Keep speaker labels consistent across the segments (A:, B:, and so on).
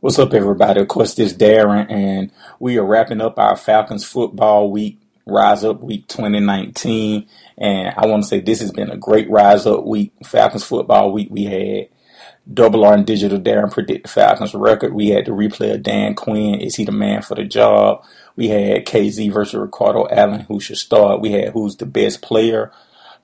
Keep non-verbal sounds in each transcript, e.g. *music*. A: What's up, everybody? Of course, this Darren, and we are wrapping up our Falcons football week, Rise Up Week 2019. And I want to say this has been a great Rise Up Week, Falcons football week. We had Double R and Digital Darren predict the Falcons record. We had the replay of Dan Quinn. Is he the man for the job? We had KZ versus Ricardo Allen, who should start. We had who's the best player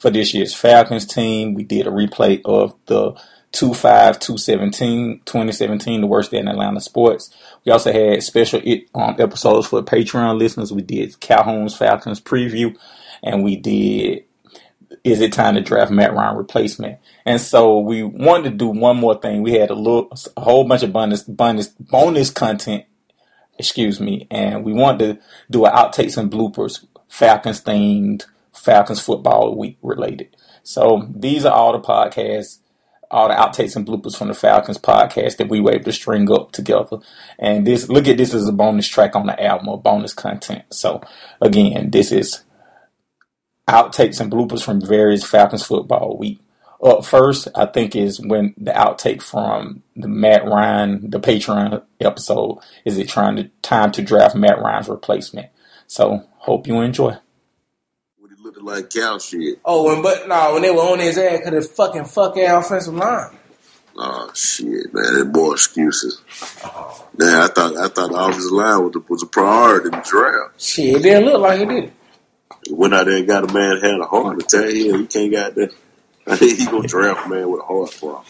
A: for this year's Falcons team. We did a replay of the 25 217 2017 the worst day in atlanta sports we also had special it, um, episodes for patreon listeners we did calhoun's falcons preview and we did is it time to draft matt ryan replacement and so we wanted to do one more thing we had a little a whole bunch of bonus bonus bonus content excuse me and we wanted to do an outtakes and bloopers falcons themed falcons football week related so these are all the podcasts all the outtakes and bloopers from the Falcons podcast that we were able to string up together. And this, look at this as a bonus track on the album, or bonus content. So again, this is outtakes and bloopers from various Falcons football week. Up first, I think is when the outtake from the Matt Ryan, the Patreon episode, is it trying to time to draft Matt Ryan's replacement. So hope you enjoy.
B: What he looked like cow shit.
C: Oh, when but no, when they were on his ass, could have fucking fuck our offensive line.
B: Oh shit, man, that boy excuses. Man, I thought I thought the offensive line was a, was a priority in the draft.
C: Shit, it didn't look like it did.
B: Went out there and got a man had a heart attack. Yeah, he can't got that. *laughs* I think he gonna draft a man with a heart problem.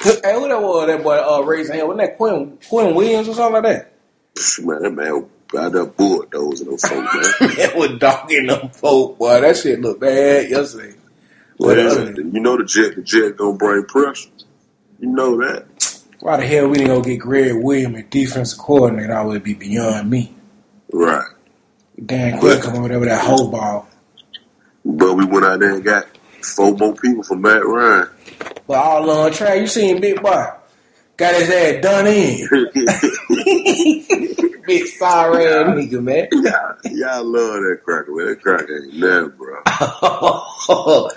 C: Hey, who that was? That boy uh, raised hand. Wasn't that Quinn Quinn Williams or something like that?
B: Psh, Man, that man out there bulldozing those
C: *laughs*
B: folks, man.
C: *laughs* that was dogging them folk, boy. That shit looked bad yesterday.
B: Well, that's- uh, you know the jet, the jet gonna bring pressure. You know that.
C: Why the hell we didn't go get Greg Williams, a defensive coordinator? That would be beyond me.
B: Right.
C: Dan Quinn come over there with that whole ball.
B: But we went out there and got four more people from Matt Ryan. *laughs*
C: But all on track, you seen Big Boy. Got his ass done in. Big sorry ass nigga, *laughs* man.
B: y'all, y'all love that cracker, man. That cracker ain't nothing, bro.
C: *laughs*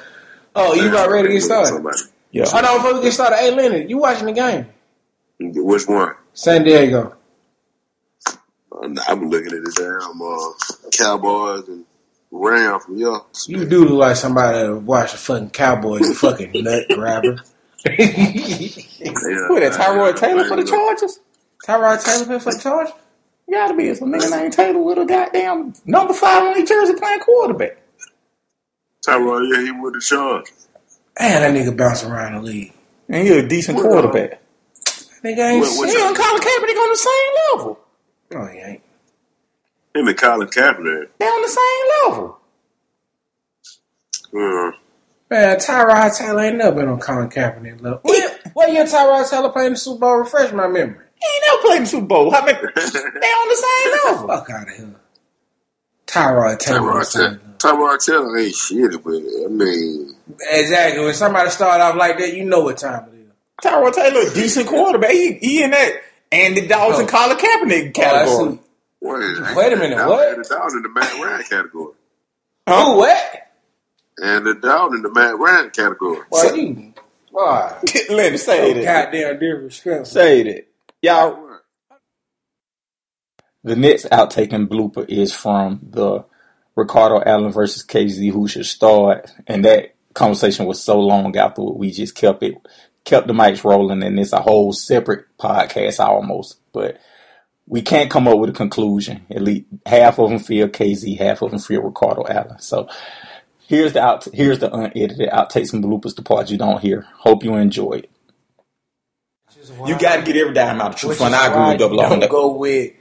C: oh, you about ready to get started?
B: Somebody.
A: Yeah.
C: Hold on, before we get started, hey Leonard, you watching the game?
B: Which one?
C: San Diego.
B: I'm, I'm looking at the damn uh, Cowboys and Rams from y'all.
C: You do look like somebody that watch the fucking Cowboys, you fucking *laughs* nut grabber. Who
B: uh,
C: that Tyrod Taylor for the Chargers? Tyrod Taylor been for the Chargers? You gotta be some nigga named Taylor with a goddamn number five on his jersey playing quarterback.
B: Tyrod, yeah, he with the Chargers.
C: Man, that nigga bounce around the league.
A: And you're a decent quarterback.
C: Nigga ain't
B: What- what-
C: shit. He and Colin Kaepernick on the same level. No, he ain't.
B: Him and Colin Kaepernick.
C: They on the same level.
B: Uh,
C: *laughs* Man, Tyrod Taylor ain't never been on Colin Kaepernick level. What, what year Tyrod Taylor playing the Super Bowl? Refresh my memory.
A: He ain't never played in the Super Bowl. I mean, they on the same
C: *laughs*
A: level.
C: Fuck out of here. Tyrod Taylor.
B: Tyrod
C: was on
B: Taylor. Tyrod Taylor ain't shit, but I mean,
C: the- Exactly. When somebody start off like that, you know what time it is.
A: Tyrod Taylor, a decent quarterback. He, he in that Andy Dalton,
C: Oh.
A: and Colin Kaepernick category.
C: Oh, that's
B: what is it?
C: Wait a minute,
B: Now,
C: what?
B: And the down in the Matt Ryan category.
C: who- who what?
B: And the down in the Matt Ryan category.
C: Boy, you. Boy,
A: *laughs* Let me say that.
C: goddamn disrespectful.
A: Say that.
C: Oh.
A: Y'all
D: The next outtake and blooper is from the Ricardo Allen versus KZ who should start, and that conversation was so long afterward we just kept it, kept the mics rolling, and it's a whole separate podcast almost. But we can't come up with a conclusion. At least half of them feel KZ, half of them feel Ricardo Allen. So here's the out, here's the unedited outtakes and bloopers, the part you don't hear. Hope you enjoy it. You got to get every dime out of
C: Which
D: truth, and
C: is
D: I agree
C: why
D: with Double
C: you
D: R on
C: Don't
D: that.
C: go with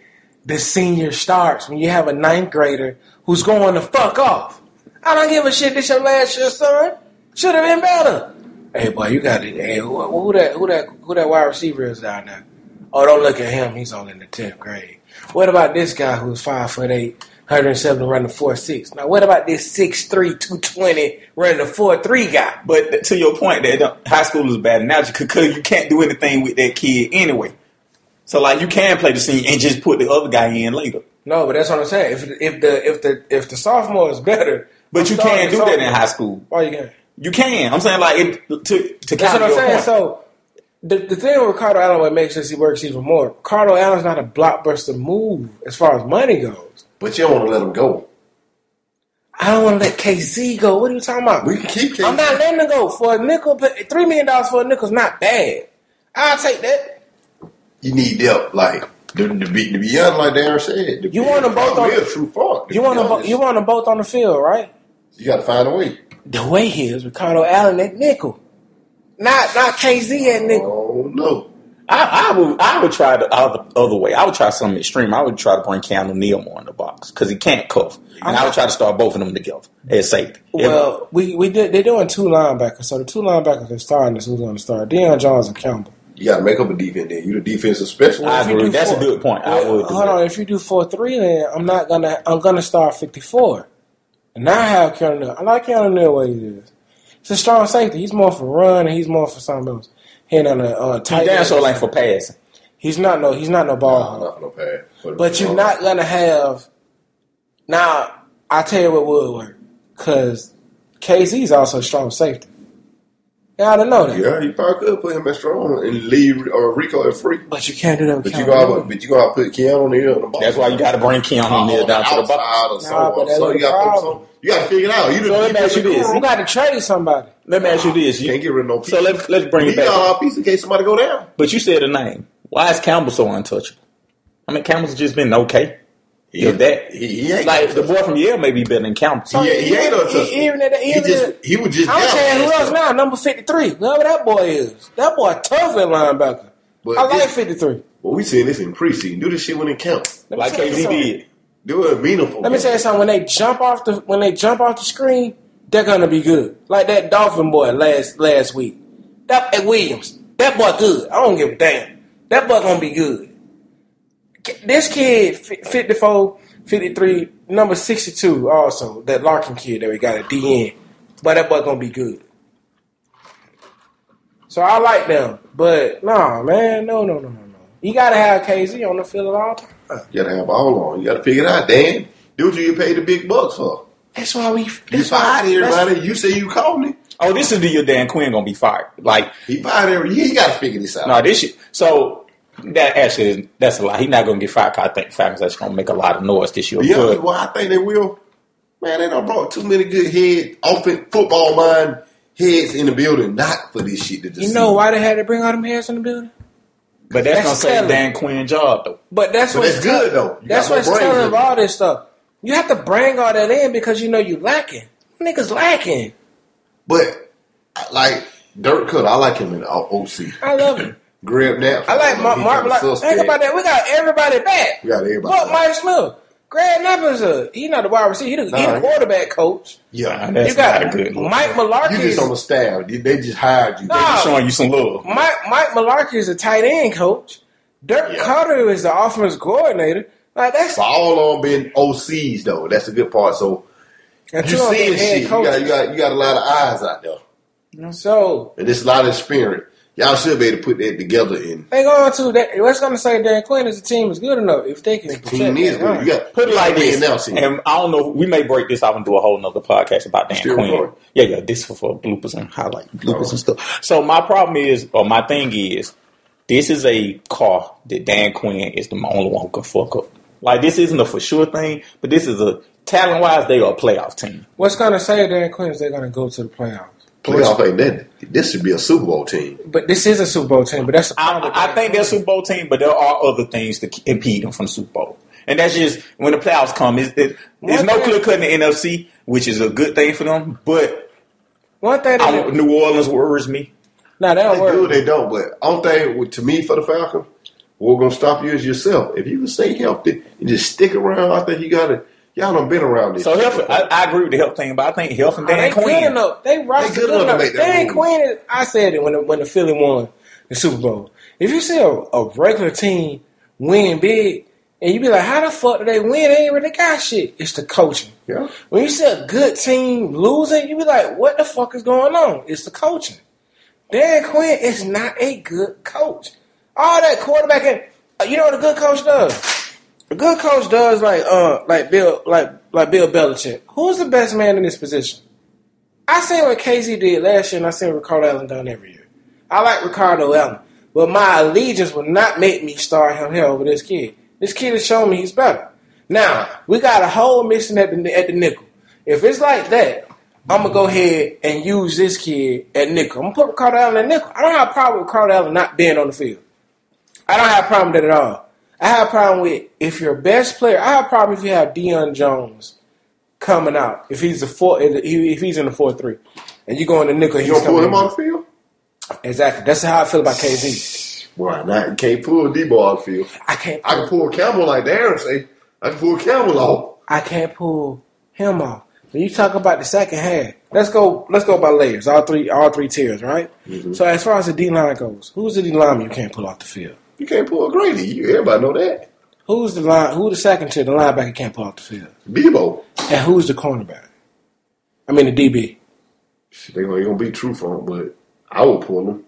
C: the senior starts when you have a ninth grader who's going to fuck off. I don't give a shit. This your last year, son. Should have been better. Hey, boy, you got it. Hey, who, who that? Who that? Who that wide receiver is down there? Oh, don't look at him. He's only in the tenth grade. What about this guy who's five foot eight, 170 running four six? Now, what about this 6'3", 220 running the four three guy?
A: But to your point, that high school is bad analogy because you can't do anything with that kid anyway. So like you can play the scene and just put the other guy in later.
C: No, but that's what I'm saying. If if the if the if the sophomore is better,
A: but I'm you can't do that in high school.
C: Oh, you can.
A: You can. I'm saying like it, to to
C: that's what I'm saying. Point. So the, the thing with Ricardo Allen what makes this he works even more. Ricardo Allen's not a blockbuster move as far as money goes.
E: But you don't want to let him go.
C: I don't want to let KC go. What are you talking about?
E: We can keep KC.
C: I'm not letting him go for a nickel. Three million dollars for a nickel is not bad. I'll take that.
E: You need depth, like to, to be to be young, like Darren said.
C: You want them both on
E: the Oh, true funk.
C: You want them. Bo- you want them both on the field, right?
E: You got to find a way.
C: The way is Ricardo Allen at nickel, not not KZ at nickel.
E: Oh no.
A: I, I would I would try the other, other way. I would try something extreme. I would try to bring Cam Neal more in the box because he can't cuff, and I'm I would not, try to start both of them together as safety.
C: Well, yeah. we we did, they're doing two linebackers, so the two linebackers are starting. This who's going to start? Deion Jones and Campbell.
E: You got to make up a defense. Then you the defensive specialist.
A: I agree. That's four, a good point. I would.
C: Hold on.
A: That.
C: If you do four three, then I'm not gonna. I'm gonna start fifty four. And now I have Keanu Neal. I like Keanu Neal what he is. It's a strong safety. He's more for run and he's more for something else. He ain't on a uh, tight.
A: He so like for passing.
C: He's not no. He's not no ball.
E: No, not no pass.
C: But you're not gonna have. Now I tell you what would work because KZ's also a strong safety. I don't know that.
E: Yeah, you probably could put him at strong and leave or Rico at free.
C: But you can't do that.
E: but you gotta, but you gotta put Keon on the end of the box.
A: That's why you gotta bring Keon on the down to the box.
E: Or nah, so, so you gotta some, you gotta figure it out. You
C: so let me ask you this: you gotta trade somebody.
A: Let me ask you this:
E: you can't get rid of no. Piece.
A: So let's let's bring
E: you
A: it back.
E: all our piece in case somebody go down.
A: But you said a name. Why is Campbell so untouchable? I mean, Campbell's just been okay. Yeah, if that
E: he, he ain't
A: like the boy from Yale may be better than Campbell.
E: So yeah, he, he ain't untouchable.
C: He, even at the,
E: he, just he was just.
C: I'm saying who else now? Number fifty three. Whoever that boy is, that boy tough at linebacker. But I like fifty three.
E: Well, we seen this in preseason. Do this shit when it counts.
A: Like KZ did.
E: Do it meaningful.
C: Let me tell you something. When they jump off the when they jump off the screen, they're gonna be good. Like that Dolphin boy last last week. That at Williams. That boy good. I don't give a damn. That boy gonna be good this kid 54 53 number 62 also that larkin kid that we got at dn but that boy gonna be good so i like them but nah man no no no no no you gotta have kz on the field at all time
E: you gotta have all on you gotta figure it out dan dude you paid the big bucks for
C: that's why we
E: you fired everybody you say you called me
A: oh this is the year dan quinn gonna be fired like
E: he fired every he gotta figure this out
A: no nah, this shit so that actually that's a lot. He's not gonna get fired. I think Falcons actually gonna make a lot of noise this year.
E: Yeah, well, I think they will. Man, they don't brought too many good head, open football mind heads in the building, not for this shit. To
C: you know why they had to bring all them heads in the building?
A: But that's, that's gonna say Dan Quinn job though.
C: But that's
E: but
C: what's
E: that's good though.
C: You that's what's telling of all this stuff. You have to bring all that in because you know you lacking. Niggas lacking.
E: But like Dirk Cutter, I like him in the OC.
C: I love
E: *laughs*
C: him.
E: Greg Knapp.
C: I like Mark. Mark like, think about that. We got everybody back.
E: We got everybody.
C: But back. Mike Smith, Greg Knapp is a he's not a wide receiver. He's the, nah, he the quarterback coach.
E: Yeah,
A: that's you got not a good.
C: Mike Malarkey.
E: You just on the staff. They, they just hired you.
A: No, they just showing you some love.
C: Mike Mike Malarkey is a tight end coach. Dirk yeah. Carter is the offense coordinator. Like that's
E: but all on being OCs though. That's the good part. So and you seeing shit. You got, you got you got a lot of eyes out there.
C: Yeah. So
E: and it's a lot of experience y'all should be able to put that together. And
C: they going to that. What's going to say Dan Quinn is the team is good enough if they can.
E: The team is good. You got
A: put it like this. Now, and I don't know. We may break this out and do a whole nother podcast about Dan Still Quinn. Recording. Yeah, yeah. This for, for bloopers and highlight bloopers oh. and stuff. So my problem is, or my thing is, this is a car that Dan Quinn is the only one who can fuck up. Like this isn't a for sure thing, but this is a talent wise they are a playoff team.
C: What's gonna say Dan Quinn is they're gonna go to the playoffs?
E: playoff ain't nothing. This should be a Super Bowl team.
C: But this is a Super Bowl team. But that's
A: I, I think they're a Super Bowl team. But there are other things to impede them from the Super Bowl. And that's just when the playoffs come. It's, it, there's no clear cut in the NFC, which is a good thing for them. But
C: one thing
A: I, New Orleans worries me.
C: No, that don't
E: they
C: worry.
E: Do, they don't. But only thing to me for the Falcons, what's gonna stop you is yourself. If you can stay healthy and just stick around, I think you got to
F: Y'all done been around this.
A: So
F: shit
A: health, I,
F: before.
A: I agree with the health thing, but I think health and
C: Nah, they
A: Dan
C: good
A: Quinn.
C: enough. They roster
F: good
C: good,
F: enough to
C: enough.
F: make that
C: Dan
F: move.
C: Quinn. is- I said it when the, when the Philly won the Super Bowl. If you see a, a regular team win big, and you be like, "How the fuck did they win? They ain't really got shit." It's the coaching.
F: yeah.
C: When you see a good team losing, you be like, "What the fuck is going on?" It's the coaching. Dan Quinn is not a good coach. All that quarterback and uh, you know what a good coach does. A good coach does like uh like Bill like like Bill Belichick. Who's the best man in this position? I seen what KZ did last year, and I seen Ricardo Allen done every year. I like Ricardo Allen, but my allegiance will not make me start him here over this kid. This kid has shown me he's better. Now we got a whole mission at the at the nickel. If it's like that, I'm gonna go ahead and use this kid at nickel. I'm gonna put Ricardo Allen at nickel. I don't have a problem with Ricardo Allen not being on the field. I don't have a problem with that at all. I have a problem with if your best player. I have a problem if you have Deion Jones coming out. If he's the four, if he's in the four three, and you go in the nickel,
F: You
C: he's
F: gonna pull
C: coming
F: him
C: in.
F: on the field?
C: Exactly. That's how I feel about KZ.
F: Why not? You can't pull D ball on the field.
C: I can't.
F: I can pull Campbell like Darren say. I can pull Campbell off.
C: I can't pull him off. When you talk about the second half, let's go. Let's go by layers. All three. All three tiers. Right. So as far as the D line goes, who's the D lineman you can't pull off the field?
F: You can't pull Grady. You, everybody know that.
C: Who's the line? Who the second tier? The linebacker can't pull off the field.
F: Bebo.
C: And who's the cornerback? I mean the DB.
F: They gonna, they gonna be truthful, but I will pull him.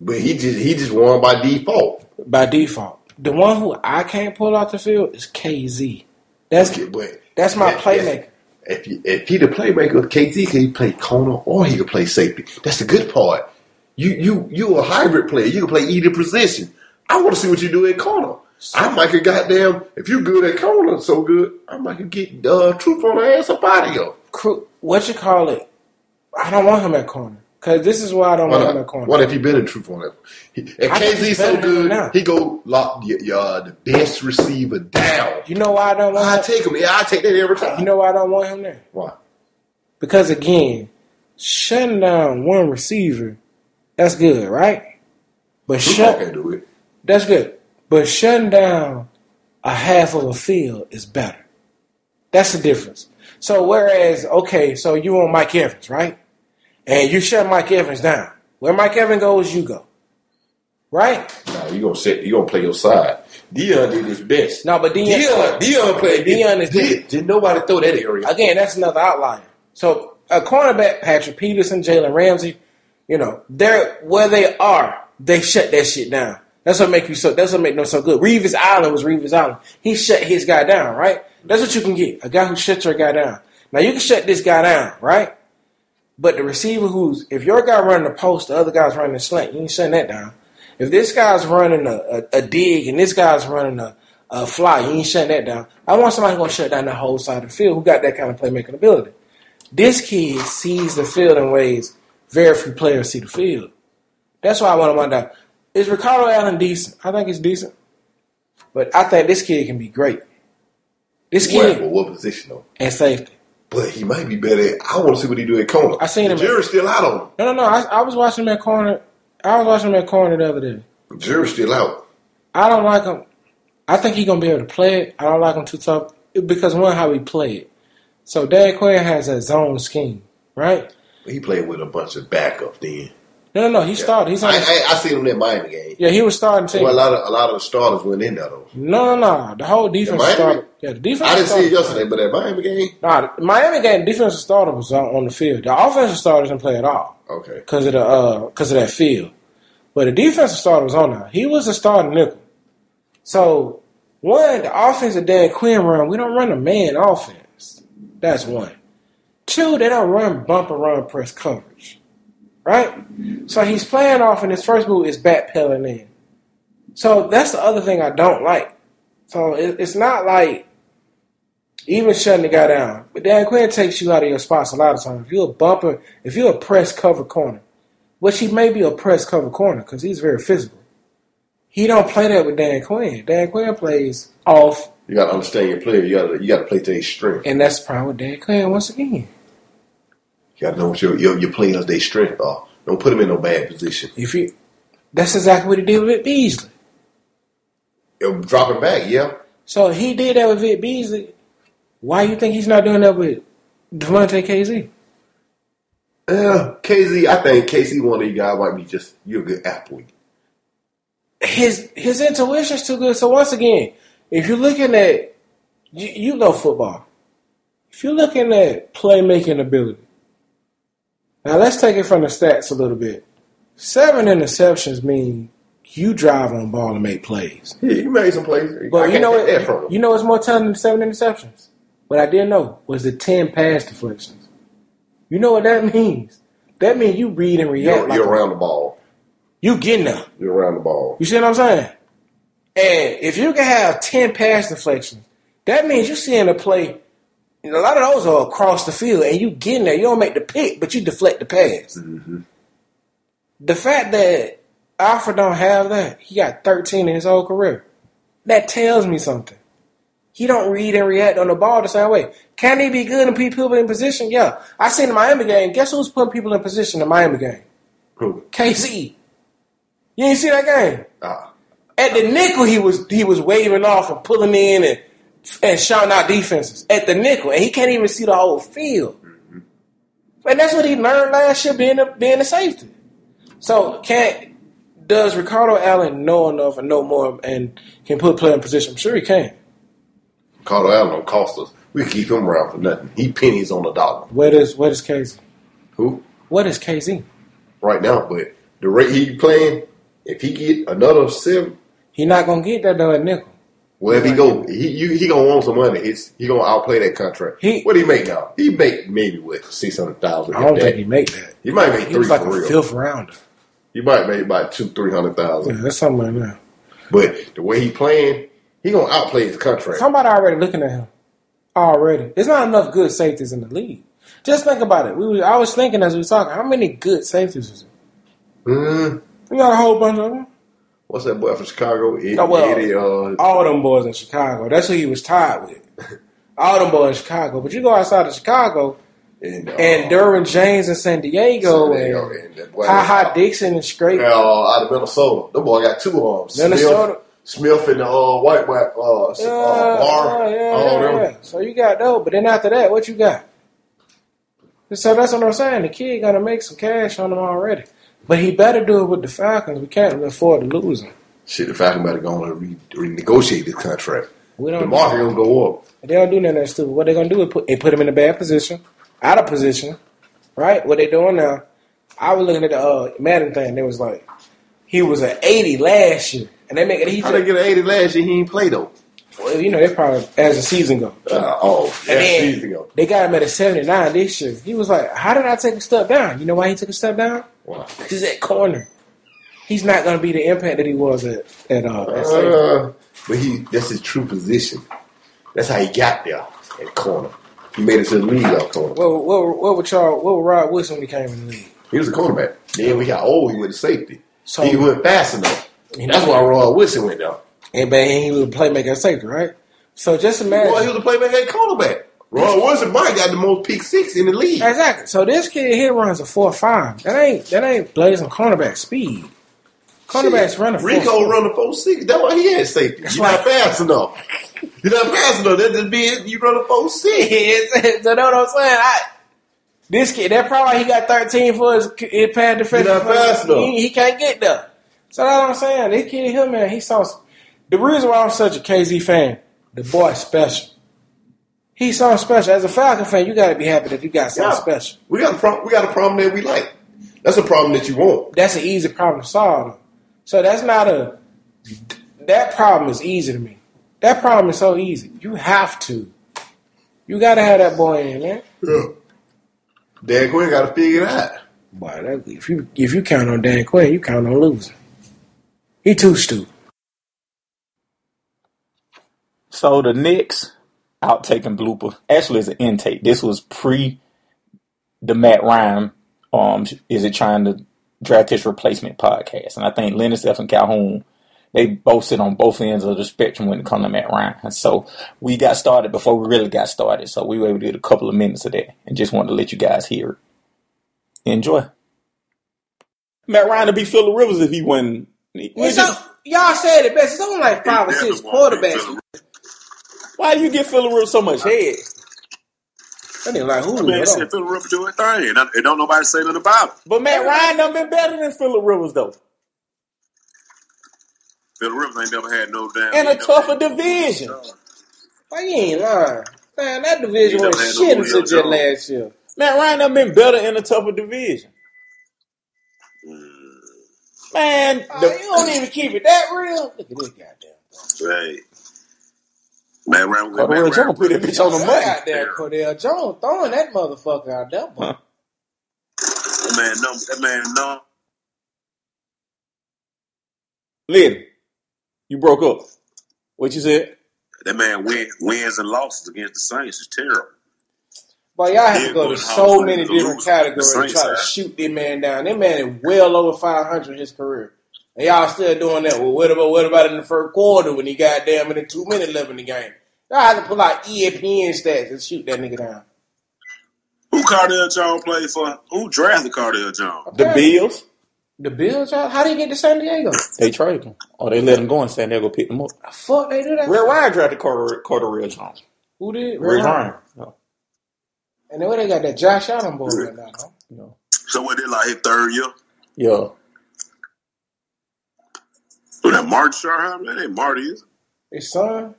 F: But he just he just won by default.
C: by default. The one who I can't pull off the field is KZ. That's
F: But
C: that's my
F: If-
C: playmaker.
F: If, you, if he the playmaker, KZ can play corner or he can play safety. That's the good part. You you you a hybrid player. You can play either position. I want to see what you do at corner. I might could goddamn if you good at corner, so good. I might could get uh, truth on the ass up out of you.
C: Cru- What you call it? I don't want him at corner because this is why I don't
F: Why
C: want him
F: not?
C: at corner.
F: What if he been in truth on that? He- If
C: I think
F: KZ
C: he's
F: so
C: better than him
F: good,
C: now.
F: he go lock y- y- uh, the best receiver down.
C: you know why I don't
F: I
C: want him?
F: take him. Yeah, I take that every time.
C: You know why I don't want him there?
F: why?
C: Because again, shutting down one receiver, that's good, right? But
F: Truth
C: shut
F: can't do it.
C: That's good. But shutting down a half of a field is better. That's the difference. So whereas, okay, so you on Mike Evans, right? And you shut Mike Evans down. Where Mike Evans goes, you go. Right?
F: Nah, you gonna sit. You gonna play your side. Dion did his best.
C: No, but Deion-
F: Dion, Dion played.
C: Deion is
F: did, did nobody throw that area?
C: Again, that's another outlier. So a cornerback, Patrick Peterson, Jalen Ramsey, you know, they're where they are, they shut that shit down. That's what make you so that's what make them so good. Reeves Island was Reeves Island. He shut his guy down, right? That's what you can get. A guy who shuts your guy down. Now you can shut this guy down, right? But the receiver who's if your guy running the post, the other guy's running the slant, you ain't shutting that down. If this guy's running a, a, a dig and this guy's running a, a fly, you ain't shutting that down. I want somebody who's gonna shut down the whole side of the field who got that kind of playmaking ability. This kid sees the field in ways very few players see the field. That's why I want him on that. Is Ricardo Allen decent? I think he's decent. But I think this kid can be great. This
F: What,
C: kid
F: what position though?
C: and safety.
F: But he might be better. At, I want to see what he do at corner.
C: I seen
F: the
C: him at-
F: Jury's still out on him.
C: No, no, no. I, I was watching that corner. I was watching that corner the other day.
F: The jury's still out.
C: I don't like him. I think he's gonna be able to play it. I don't like him too tough because one, how he played. So Dan Quinn has a zone scheme, right?
F: But he played with a bunch of backup then.
C: No, no, no. He started. He's on.
F: I, I, I seen him in that Miami game.
C: yeah, he was starting.
F: Well, a
C: Too.
F: lot of a lot of the starters went in there though.
C: No, no, no. The whole defense
F: Miami?
C: started. Yeah, the defense.
F: I didn't see
C: started.
F: it yesterday, but that Miami game.
C: Nah, the Miami game defensive starter was on, on the field. The offensive starter didn't play at all
F: Okay.
C: because of the uh, cause of that field. But the defensive starter was on there. He was a starting nickel. So one, the offense that Dan Quinn run, we don't run a man offense. That's one. Two, they don't run bump and run press coverage. Right? So he's playing off and his first move is backpedaling in. So that's the other thing I don't like. So it, it's not like even shutting the guy down. But Dan Quinn takes you out of your spots a lot of times. If you're a bumper, if you're a press cover corner, which he may be a press cover corner because he's very physical. He don't play that with Dan Quinn. Dan Quinn plays off,
F: You got to understand your player. You got to you got to play to their strength.
C: and that's the problem with Dan Quinn once again.
F: You got to know what your your, your players their strength are. Don't put them in no bad position.
C: If you, that's exactly what he did with Beasley.
F: Dropping back, yeah.
C: So he did that with Vic Beasley. Why you think he's not doing that with Devontae KZ?
F: Uh, KZ, I think KZ one of you guys might be just you're a good athlete.
C: His his intuition's too good. So once again, if you're looking at you, you know football. If you're looking at playmaking ability, now let's take it from the stats a little bit. Seven interceptions mean you drive on ball to make plays.
F: Yeah, you made some plays. I
C: But you
F: can't
C: know
F: take that from
C: what?
F: him.
C: You know what's more telling than seven interceptions? What I didn't know was the ten pass deflections. You know what that *laughs* means? That means you read and react.
F: You're,
C: like
F: you're
C: a-
F: around the ball.
C: You getting up.
F: You're around the ball.
C: You see what I'm saying? And if you can have ten pass deflections, that means you're seeing a play. and a lot of those are across the field, and you getting there. You don't make the pick, but you deflect the pass. The fact that Alfred don't have that, he got 13 in his whole career. That tells me something. He don't read and react on the ball the same way. Can he be good and put people in position? Yeah. I seen the Miami game. Guess who's putting people in position in the Miami game?
F: Who?
C: KZ. You ain't see that game.
F: Ah.
C: At the nickel, he was he was waving off and pulling in and and shouting out defenses at the nickel, and he can't even see the whole field. And that's what he learned last year being a, being a safety. So can does Ricardo Allen know enough and know more and can put a player in position? I'm sure he can.
F: Carter Allen don't cost us. We keep him around for nothing. He pennies on the dollar.
C: What is what is KZ?
F: Who?
C: What is KZ?
F: Right now, but the rate he playing, if he get another seven,
C: He not gonna get that though at nickel.
F: well, if he go, he you, he gonna want some money. It's he gonna outplay that contract.
C: He-
F: what he make now? He make maybe what six hundred thousand.
C: I don't think he make that.
F: He might make
C: He
F: three
C: was like
F: for
C: a
F: real.
C: fifth rounder.
F: He might make about two, three hundred
C: Yeah,
F: thousand.
C: that's something like that.
F: But the way he playing, he gonna outplay his contract.
C: Somebody already looking at him. Already. There's not enough good safeties in the league. Just think about it. We was, I was thinking as we were talking, how many good safeties is it?
F: Mm,
C: We got a whole bunch of them.
F: what's that boy from Chicago? Eddie,
C: Oh, well,
F: Eddie, uh,
C: All them boys in Chicago. That's who he was tied with. All them boys in Chicago. But you go outside of Chicago
F: and, uh,
C: and Derwin James in Oh. San Diego,
F: San Diego,
C: and
F: and that boy-
C: Ha Ha Dixon and Scrape.
F: Now, out of Minnesota, the boy got two arms.
C: Minnesota.
F: Smith, Smith and uh, White White, uh,
C: Yeah,
F: uh, Barr,
C: yeah, yeah,
F: all them.
C: yeah. So you got those, but then after that, what you got? So that's what I'm saying. The kid gonna make some cash on him already, but he better do it with the Falcons. We can't afford to lose him.
F: Shit, the Falcons better go on and re- renegotiate this contract.
C: We
F: The
C: don't.
F: market gonna go up.
C: They don't do nothing that stupid. What they gonna do is put they put him in a bad position, out of position, right? What they doing now? I was looking at the uh, Madden thing. They was like, he was an 80 last year, and they make it. He
F: How they
C: just,
F: get an 80 last year? He ain't play though.
C: well, you know, they probably as the season goes.
F: Uh, oh, yeah,
C: And then
F: season ago.
C: they got him at a 79 this year. He was like, How did I take a step down? You know why he took a step down?
F: Wow.
C: He's at corner. He's not going to be the impact that he was at, at, uh, at safety.
F: Uh, but he that's his true position. That's how he got there at corner. He made it to the league out corner.
C: What, what, what, would y'all, what would Rod Wilson when he came in the league?
F: he was a cornerback. Then we got old, he went to safety.
C: So-
F: he went fast enough.
C: You
F: That's
C: know?
F: why Roy Wilson went down.
C: And man, he was a playmaker at safety, right? So just imagine.
F: Boy, he was a playmaker at cornerback. Roy Wilson might got the most pick six in the league.
C: exactly. So this kid here runs a 4 5. That ain't, that ain't blazing cornerback speed. Cornerbacks
F: Shit,
C: run a 4
F: Rico run a four six. That's why he had safety. You're
C: why-
F: not fast enough. You're not fast enough. That just being you run a four six.
C: so know what I'm saying? I, this kid, that probably why he got 13 for his, his pad defense.
F: He not fast enough.
C: he, he can't get there. So that's what I'm saying. This kid here, man, he saw. The reason why I'm such a KZ fan, the boy special. He's something special. As a Falcon fan, you got to be happy that you got something
F: Yeah.
C: special.
F: We got a problem. We got a problem that we like. That's a problem that you want.
C: That's an easy problem to solve. though. So that's not a. That problem is easy to me. That problem is so easy. You have to. You got to have that boy in, man.
F: Yeah. Dan Quinn got to figure it out.
C: Boy, that, if you if you count on Dan Quinn, you count on losing. He too stupid.
A: So the Knicks outtake and blooper actually is an intake. This was pre the Matt Ryan. Um, is it trying to draft his replacement podcast? And I think Leonard Steph and Calhoun they both sit on both ends of the spectrum when it comes to Matt Ryan. And so we got started before we really got started. So we were able to get a couple of minutes of that, and just wanted to let you guys hear it. Enjoy. Matt Ryan would be Phillip Rivers if he won.
C: y'all said it best. It's only like five
B: or six quarterbacks.
A: Why do you give Phillip Rivers so much head?
C: That nigga like Hulu.
B: Man, said Philip Rivers do his thing, and don't- and don't nobody say nothing about him.
G: But Matt Ryan done been better than Phillip Rivers though,
B: Philip Rivers ain't never had no damn.
G: in
B: he
G: a
B: never
G: tougher
B: had-
G: division.
C: Why you ain't lying? Man, that division
B: He
C: was
B: done had
C: shit
B: no
C: until
B: real
C: just
B: job.
C: last year.
G: Matt Ryan done been better in a tougher division.
B: Mm,
G: Man,
C: Oh,
G: the,
C: you don't even keep it that real. Look at this goddamn.
B: right. Matt Ryan was
G: Cordell
B: Matt
G: Jones
B: Ryan.
G: put that bitch on the money.
C: Out there, Cordell Jones throwing that motherfucker out there. boy.
B: That man, no, that man, no.
G: Lynn, you broke up. What you said?
B: That man win, wins and losses against the Saints is terrible.
C: But y'all have to go to
B: Yeah,
C: so
B: Hall
C: many
B: of Fame
C: different
B: is a loser.
C: categories to
B: Saints
C: try to
B: side.
C: shoot that man down. That man is well over 500 in his career. And y'all still doing that. Well, what about what about in the first quarter when he got damn in the two minute left in the game? Y'all have to pull out E ESPN stats and shoot that nigga down.
B: Who Cardell Jones played for? Who drafted Cardell Jones?
G: The Bills?
C: The Bills, y'all, how they get to San Diego?
G: They traded him. Or they let him go and San Diego picked him up.
C: The fuck they do that?
G: Red Ryan drafted Carter, Carter Red Jones.
C: Who did?
G: Red Ryan.
C: And then where they got that Josh Allen boy right now, huh?
G: Yeah.
B: So what did like his third year?
G: yeah.
B: Who that Martin Sharham? That ain't Marty is. it?
C: His son?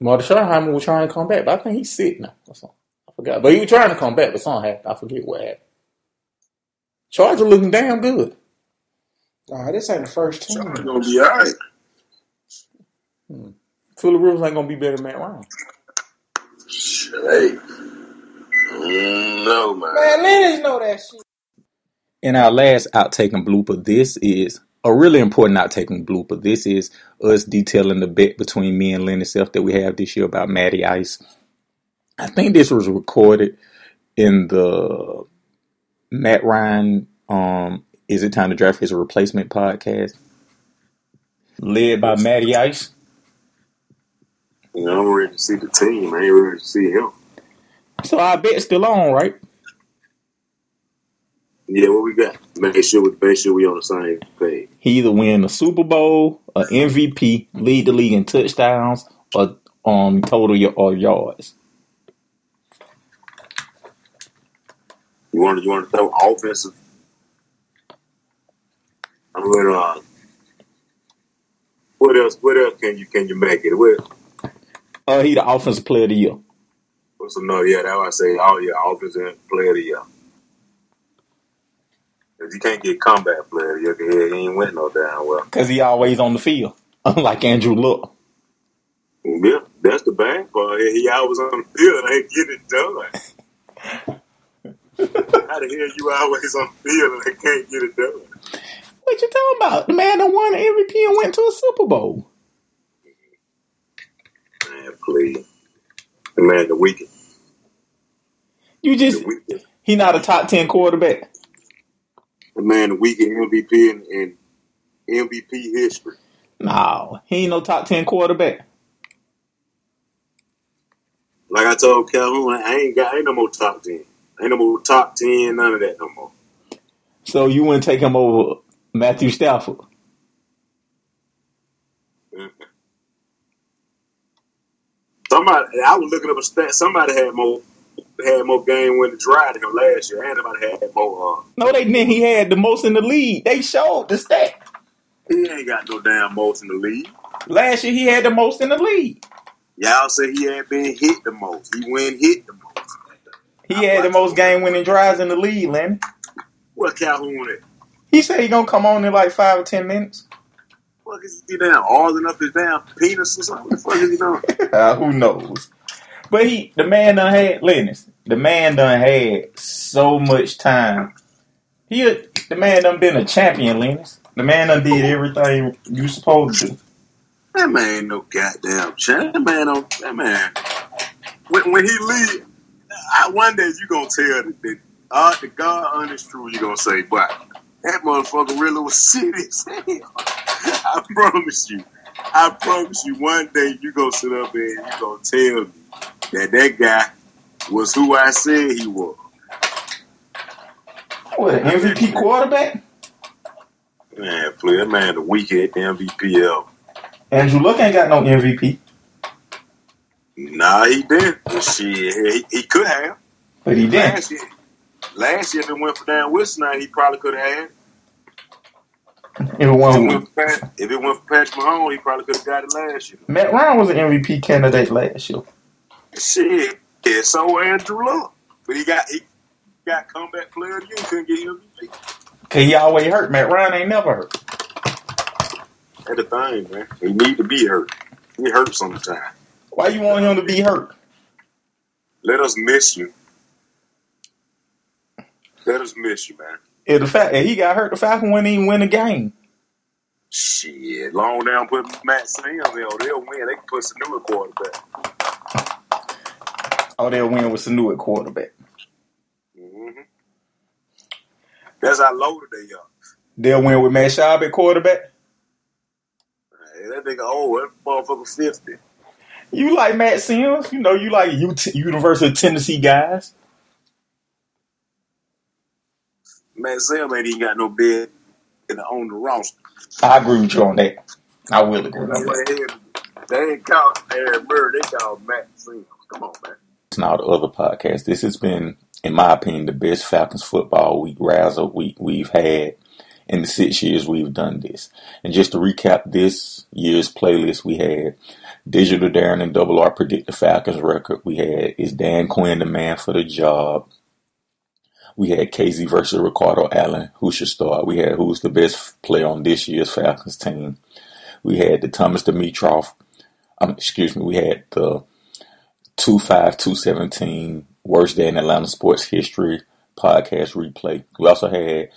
G: Marty Schottenheimer was trying to come back, but I think he's sick now. Or something. I forgot. But he was trying to come back, but something happened. I forget what happened. Charger looking damn good.
C: Nah, this ain't the first team.
B: It's gonna be all right.
G: Phillip Rivers ain't gonna be better than Matt Ryan.
B: Shit, Hey. Mm, No man.
C: Man, Lennox know that shit.
A: In our last outtake and blooper, this is a really important outtake and blooper. This is us detailing the bet between me and Lenny Self that we have this year about Matty Ice. I think this was recorded in the Matt Ryan um Is It Time to Draft His Replacement podcast. Led by Matty Ice.
B: You know, I'm ready to see the team. I ain't ready to see him.
A: So our bet's still on, right?
B: Yeah, what we got? Make sure we make sure we on the same page.
A: He either win a Super Bowl, a MVP, lead the league in touchdowns, or um total y- or yards.
B: You want to you want to throw offensive? I'm gonna. Uh, what else? What else can you can you make it? What,
A: Uh, he the offensive player of the year.
B: what's another? Yeah, that's why I say all your offensive player of the year. If you can't get combat player, you you ain't win no damn well.
A: Because he always on the field, *laughs* unlike Andrew Luck.
B: Yeah, that's the bad part. He he always on the field. They get it done. How the hell you always on the field and they can't get it done?
A: What you talking about? The man that won the MVP and went to a Super Bowl.
B: Man, please. Man, the weekend.
A: You just
B: The weekend.
A: he not a top ten quarterback.
B: The man, the weekend MVP in, in MVP history.
A: No, he ain't no top ten quarterback.
B: Like I told Calhoun, I ain't got ain't no more top ten. Ain't no more top ten, none of that no more.
A: So you wouldn't take him over Matthew Stafford.
B: Somebody, I was looking up a stat. Somebody had more had more game winning drive than him last year. Ain't nobody had more. Uh,
A: No, they didn't. He had the most in the league. They showed the stat.
B: he ain't got no damn most in the league.
A: Last year he had the most in the league.
B: Y'all say he ain't been hit the most. He went hit the most.
A: He had the most game winning drives in the league, Lenny.
B: What Calhoun at?
A: He said he gonna come on in like five or ten minutes.
B: Fuck is he down? All up his damn penis or something? What the fuck is he doing?
A: Uh, who knows? But he, the man done had, Lennox, the man done had so much time. He, a, the man done been a champion, Lennox. The man done did everything you supposed to. do.
B: That man ain't no goddamn champ. That man don't. That man. When, when he leave, I, one day you gonna tell the the, uh, the God honest truth. You gonna say, "Boy, that motherfucker really was shit as hell." *laughs* I promise you. I promise you. One day you gonna sit up there and you gonna tell me that that guy was who I said he was.
A: What, an MVP quarterback?
B: Man, play that man the weekend MVP ever.
A: Andrew Luck ain't got no MVP.
B: Nah, he didn't. Shit, he, he could have.
A: But he didn't.
B: Last year, last year if it went for Dan Wilson, he probably could have had. it. If it,
A: Everyone,
B: went for Pat, if it went for Patrick Mahomes, he probably could have got it last year.
A: Matt Ryan was an MVP candidate last year.
B: Shit, yeah, so was Andrew Luck, but he got he got comeback player again. Couldn't get MVP.
A: Cause he always hurt. Matt Ryan ain't never hurt.
B: That's the thing, man. He need to be hurt. He hurt sometimes.
A: Why you want him to be hurt?
B: Let us miss you. Let us miss you, man.
A: If the fact that he got hurt, the Falcons wouldn't even win the game.
B: Shit, long down put Matt Sims in. Oh, they'll win. They can put some new quarterback.
A: Oh, they'll win with Sanu at quarterback.
B: Mm-hmm. That's how loaded they are.
A: They'll win with Matt Schaub at quarterback.
B: Hey, that nigga old. That motherfucker fifty.
A: You like Matt Sims? You know you like UT- University of Tennessee guys.
B: Matt Sims ain't even got no bid in the, on the roster.
A: I agree with you on that. I will agree
B: They
A: on that.
B: ain't- They ain't called Aaron Murray. They called Matt Sims. Come on, man.
A: and all the other podcasts. This has been, in my opinion, the best Falcons football week, rouse up week we've had in the six years we've done this. And just to recap this year's playlist, we had Digital Darren and Double R predict the Falcons record. We had Is Dan Quinn the man for the job? We had KZ versus Ricardo Allen. Who should start? We had Who's the best player on this year's Falcons team? We had the Thomas Dimitrov. Um, excuse me. We had the 25217 Worst Day in Atlanta Sports History podcast replay. We also had,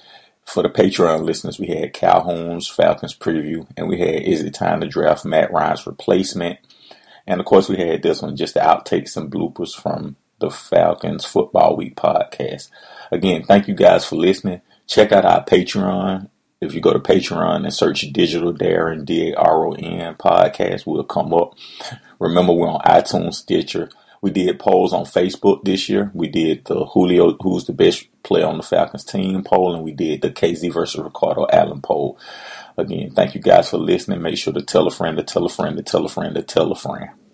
A: for the Patreon listeners, we had Calhoun's Falcons preview, and we had Is It Time to Draft Matt Ryan's Replacement? And of course, we had this one, just the outtakes and bloopers from the Falcons Football Week podcast. Again, thank you guys for listening. Check out our Patreon. If you go to Patreon and search Digital Darren, D A R O N podcast, will come up. Remember, we're on iTunes, Stitcher. We did polls on Facebook this year. We did the Julio, who's the best player on the Falcons team poll, and we did the KZ versus Ricardo Allen poll. Again, thank you guys for listening. Make sure to tell a friend, to tell a friend, to tell a friend, to tell a friend.